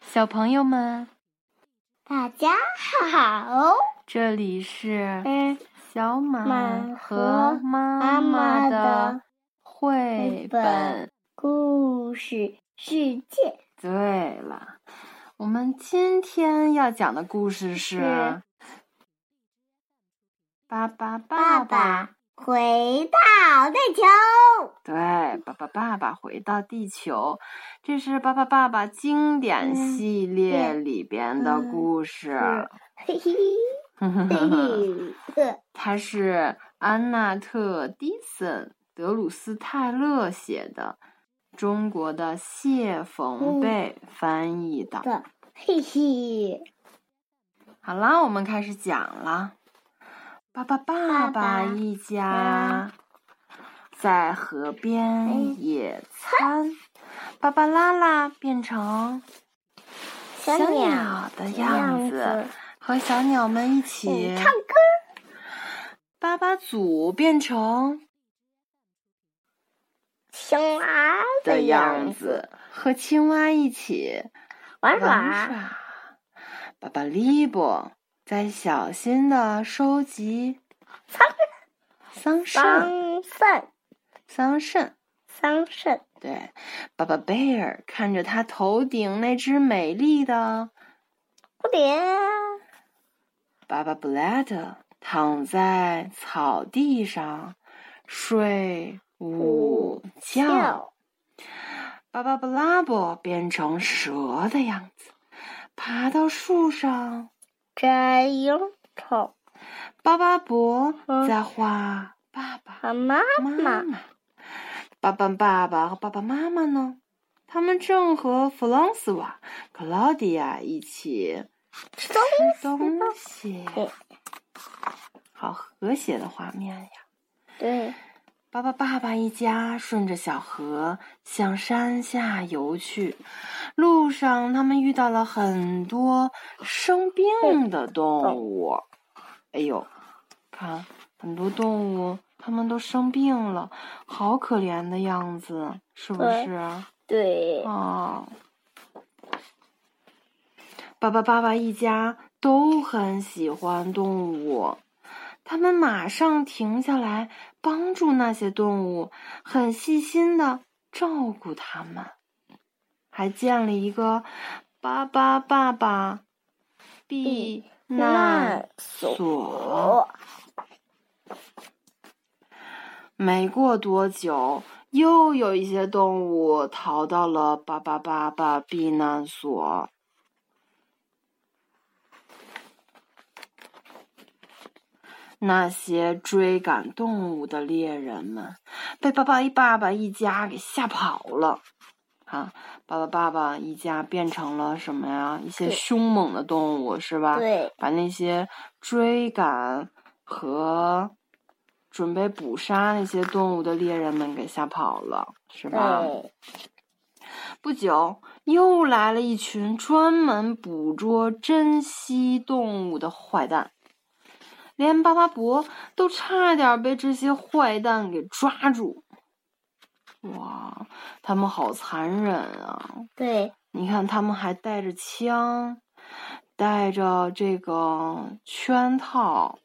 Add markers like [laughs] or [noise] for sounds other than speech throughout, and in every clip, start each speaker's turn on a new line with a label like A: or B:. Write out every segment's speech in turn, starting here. A: 小朋友们，
B: 大家好，
A: 这里是
B: 嗯，
A: 小马
B: 马
A: 和
B: 和
A: 妈妈
B: 妈
A: 的
B: 的
A: 绘
B: 绘本
A: 本。
B: 故事世界
A: 对了，我们今天要讲的故事是《
B: 是
A: 爸爸
B: 爸
A: 爸
B: 爸回到地球，
A: 对，爸爸爸爸回到地球，这是《爸爸爸爸》经典
B: 嗯
A: 系列
B: 对
A: 里边的
B: 嗯
A: 故事。
B: 嘿嘿嘿
A: [laughs]
B: 嘿呵，
A: 它是安娜特·迪森、德鲁斯·泰勒写的，中国的谢冯
B: 嗯
A: 贝翻译的。
B: 的嘿嘿，
A: 好啦，我们开始讲了。爸爸爸
B: 爸
A: 爸
B: 爸
A: 一家在河边野餐，芭芭拉拉变成
B: 小
A: 鸟的样子，和小鸟们一起
B: 嗯，唱歌，
A: 巴巴祖变成
B: 青蛙
A: 的样
B: 样，
A: 子，和青蛙一起玩
B: 玩耍，
A: 耍。巴巴利伯在小心的收集桑葚，
B: 桑葚，
A: 桑葚。
B: 桑葚，
A: 对，巴巴贝尔看着他头顶那只美丽的
B: 蝴蝶，
A: 巴巴布莱特躺在草地上睡午觉。
B: 跳，
A: 巴巴布拉伯变成蛇的样子，爬到树上
B: 摘樱桃，
A: 巴巴伯
B: 嗯
A: 在画爸爸
B: 和妈
A: 妈
B: 妈。
A: 妈，爸爸爸爸和爸爸妈妈呢？他们正和弗朗斯瓦、克劳迪亚一起
B: 吃
A: 吃东西
B: 对，
A: 好和谐的画面呀！
B: 对，
A: 巴巴爸爸一家顺着小河向山下游去，路上他们遇到了很多生病的动物。哎呦，看很多动物，它们都生病了，好可怜的样子，是不
B: 对
A: 是？啊
B: 对，
A: 哦，爸爸爸爸一家都很喜欢动物，他们马上停下来帮助那些动物，很细心的照顾它们，还建了一个巴巴爸爸避
B: 避
A: 难
B: 难
A: 所。
B: 哦
A: 没过多久，又有一些动物逃到了巴巴巴巴避难所。那些追赶动物的猎人们被巴巴一爸爸一家给吓跑了。啊，巴巴爸爸一家变成了什么呀？一些
B: 对
A: 凶猛的动物是吧？
B: 对，
A: 把那些追赶和准备捕杀那些动物的猎人们给吓跑了，是吧？
B: 对，
A: 不久，又来了一群专门捕捉珍稀动物的坏蛋，连巴巴伯都差点被这些坏蛋给抓住。哇，他们好残忍啊！
B: 对，
A: 你看，他们还带着枪，带着这个圈套，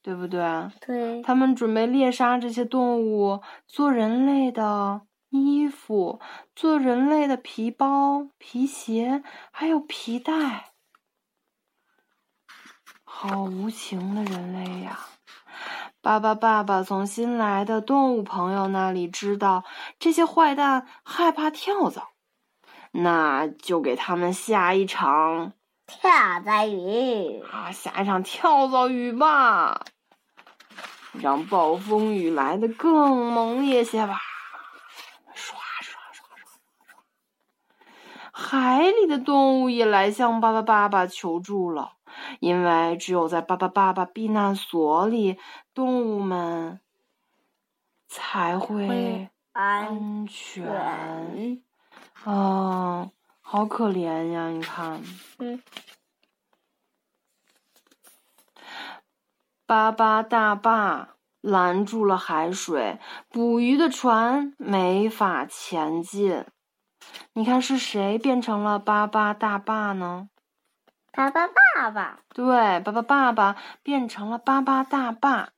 A: 对不对？
B: 对，
A: 他们准备猎杀这些动物，做人类的衣服，做人类的皮包、皮鞋，还有皮带。好无情的人类呀！巴巴爸爸从新来的动物朋友那里知道，这些坏蛋害怕跳蚤，那就给他们下一场
B: 跳蚤鱼，
A: 啊，下一场跳蚤雨吧，让暴风雨来得更猛烈些吧！唰唰唰唰唰，海里的动物也来向巴巴爸爸求助了，因为只有在巴巴爸爸避难所里，动物们才会
B: 会安
A: 安全。
B: 全，
A: 哦，好可怜呀！你看。
B: 嗯，
A: 巴巴大坝拦住了海水，捕鱼的船没法前进。你看是谁变成了巴巴大坝呢？
B: 爸爸爸爸，
A: 对，巴巴爸爸变成了巴巴大坝，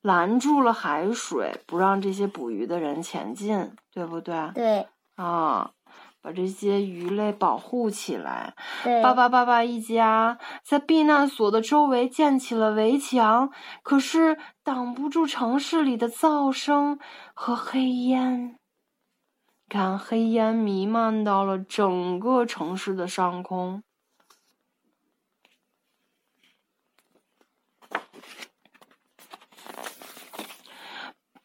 A: 拦住了海水，不让这些捕鱼的人前进，对不对？
B: 对
A: 啊，把这些鱼类保护起来。
B: 对，
A: 巴巴爸爸一家在避难所的周围建起了围墙，可是挡不住城市里的噪声和黑烟。看，黑烟弥漫到了整个城市的上空。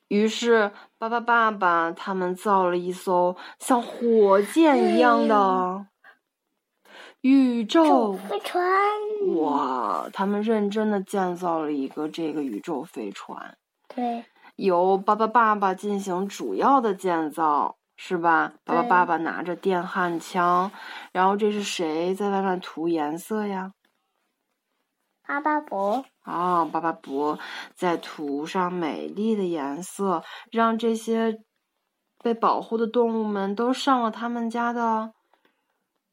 A: 于是，巴巴爸爸他们造了一艘像火箭一样的宇宙
B: 飞船，
A: 哇！他们认真的建造了一个这个宇宙飞船，
B: 对
A: 由巴巴爸爸进行主要的建造，是吧？巴巴
B: 对
A: 爸爸拿着电焊枪，然后这是谁在外面涂颜色呀？
B: 阿巴伯，
A: 啊，巴巴伯在涂上美丽的颜色，让这些被保护的动物们都上了他们家的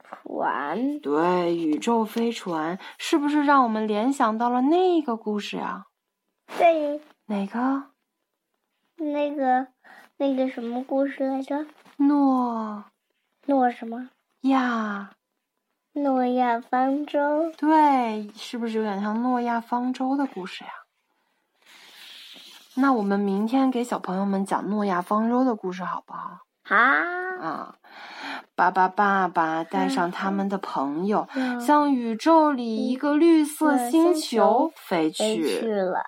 B: 船，
A: 对宇宙飞船，是不是让我们联想到了那个故事啊？
B: 对
A: 哪个？
B: 那个那个什么故事来着？
A: 诺
B: 诺什么？
A: 亚，
B: 诺亚方舟，
A: 对，是不是有点像诺亚方舟的故事呀？那我们明天给小朋友们讲诺亚方舟的故事，好不好？
B: 啊，
A: 啊，巴巴爸爸带
B: 嗯
A: 上他们的朋友，
B: 嗯
A: 向宇宙里一个绿色
B: 嗯
A: 星
B: 星
A: 球
B: 球
A: 飞
B: 飞去
A: 去。
B: 了，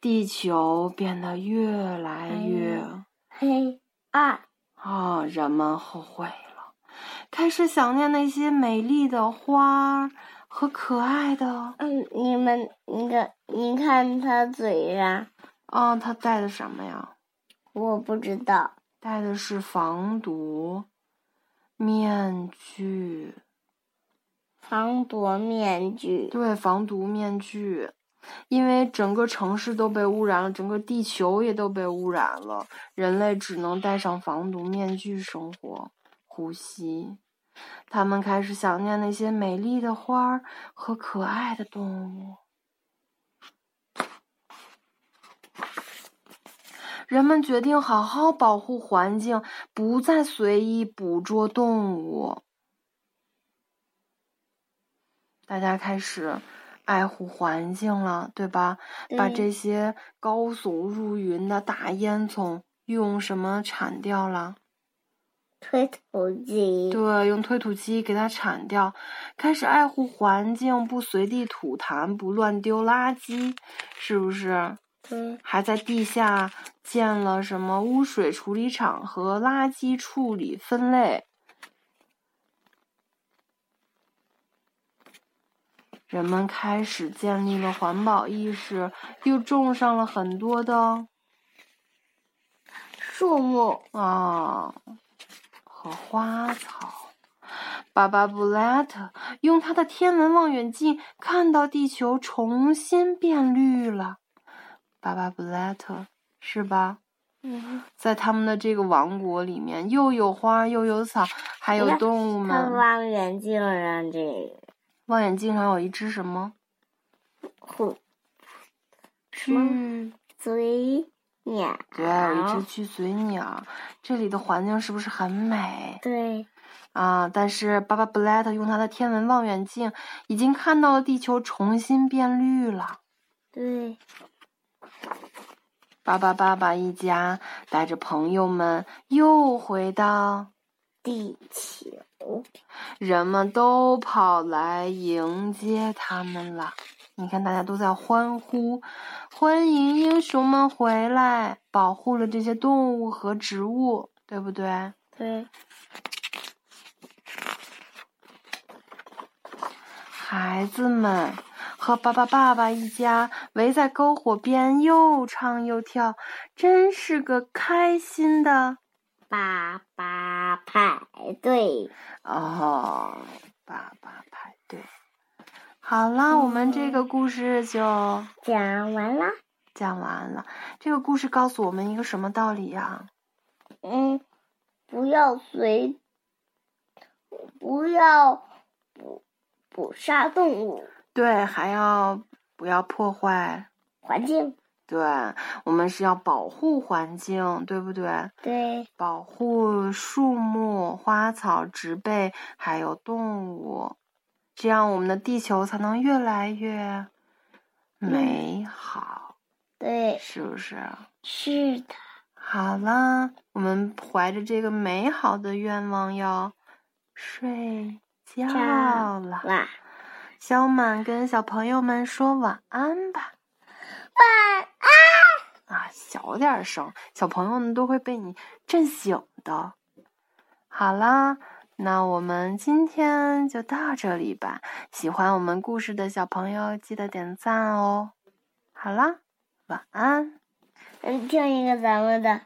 A: 地球变得越来越……
B: 黑暗，
A: 啊、人们后悔了，开始想念那些美丽的花儿和可爱的……
B: 嗯，你们，你看，你看他嘴上，
A: 啊，他带的什么呀？
B: 我不知道，
A: 带的是防毒面具。
B: 防毒面具，
A: 对，防毒面具，因为整个城市都被污染了，整个地球也都被污染了，人类只能戴上防毒面具生活、呼吸。他们开始想念那些美丽的花儿和可爱的动物。人们决定好好保护环境，不再随意捕捉动物。大家开始爱护环境了，对吧？把
B: 对
A: 这些高耸入云的大烟囱用什么铲掉了？
B: 推土机，
A: 对，用推土机给它铲掉，开始爱护环境，不随地吐痰，不乱丢垃圾，是不是？
B: 对，
A: 还在地下建了什么污水处理厂和垃圾处理分类。人们开始建立了环保意识，又种上了很多的
B: 树木，
A: 啊和花草。巴巴布莱特用他的天文望远镜看到地球重新变绿了。巴巴布莱特是吧？
B: 嗯，
A: 在他们的这个王国里面，又有花，又有草，还有
B: 呀
A: 动物
B: 他
A: 们。
B: 望远镜上这
A: 望远镜上有一只什么？
B: 虎嗯
A: 巨，
B: 嘴鸟，
A: 对，有一只巨嘴鸟。这里的环境是不是很美
B: 对，
A: 啊？但是巴巴布莱特用他的天文望远镜，已经看到了地球重新变绿了。
B: 对，
A: 巴巴爸爸一家带着朋友们又回到
B: 地球，
A: 人们都跑来迎接他们了。你看，大家都在欢呼，欢迎英雄们回来，保护了这些动物和植物，对不对？
B: 对，
A: 孩子们和巴巴爸爸一家围在篝火边，又唱又跳，真是个开心的
B: 爸爸派对，
A: 哦！爸爸派对。好啦，我们这个故事就。
B: 讲完啦，
A: 讲完了，这个故事告诉我们一个什么道理呀、
B: 嗯，不要随不要捕捕杀动物，
A: 对，还要不要破坏？
B: 环境
A: 对，我们是要保护环境，对不对？
B: 对
A: 保护树木、花草、植被，还有动物，这样我们的地球才能越来越美好，
B: 对
A: 是不是？
B: 是的，
A: 好啦，我们怀着这个美好的愿望要睡觉
B: 觉
A: 了。
B: 哇，
A: 小满跟小朋友们说晚安吧。
B: 晚安，
A: 啊，小点儿声，小朋友们都会被你震醒的。好啦，那我们今天就到这里吧。喜欢我们故事的小朋友，记得点赞哦。好啦，晚安。
B: 嗯，听一个咱们的。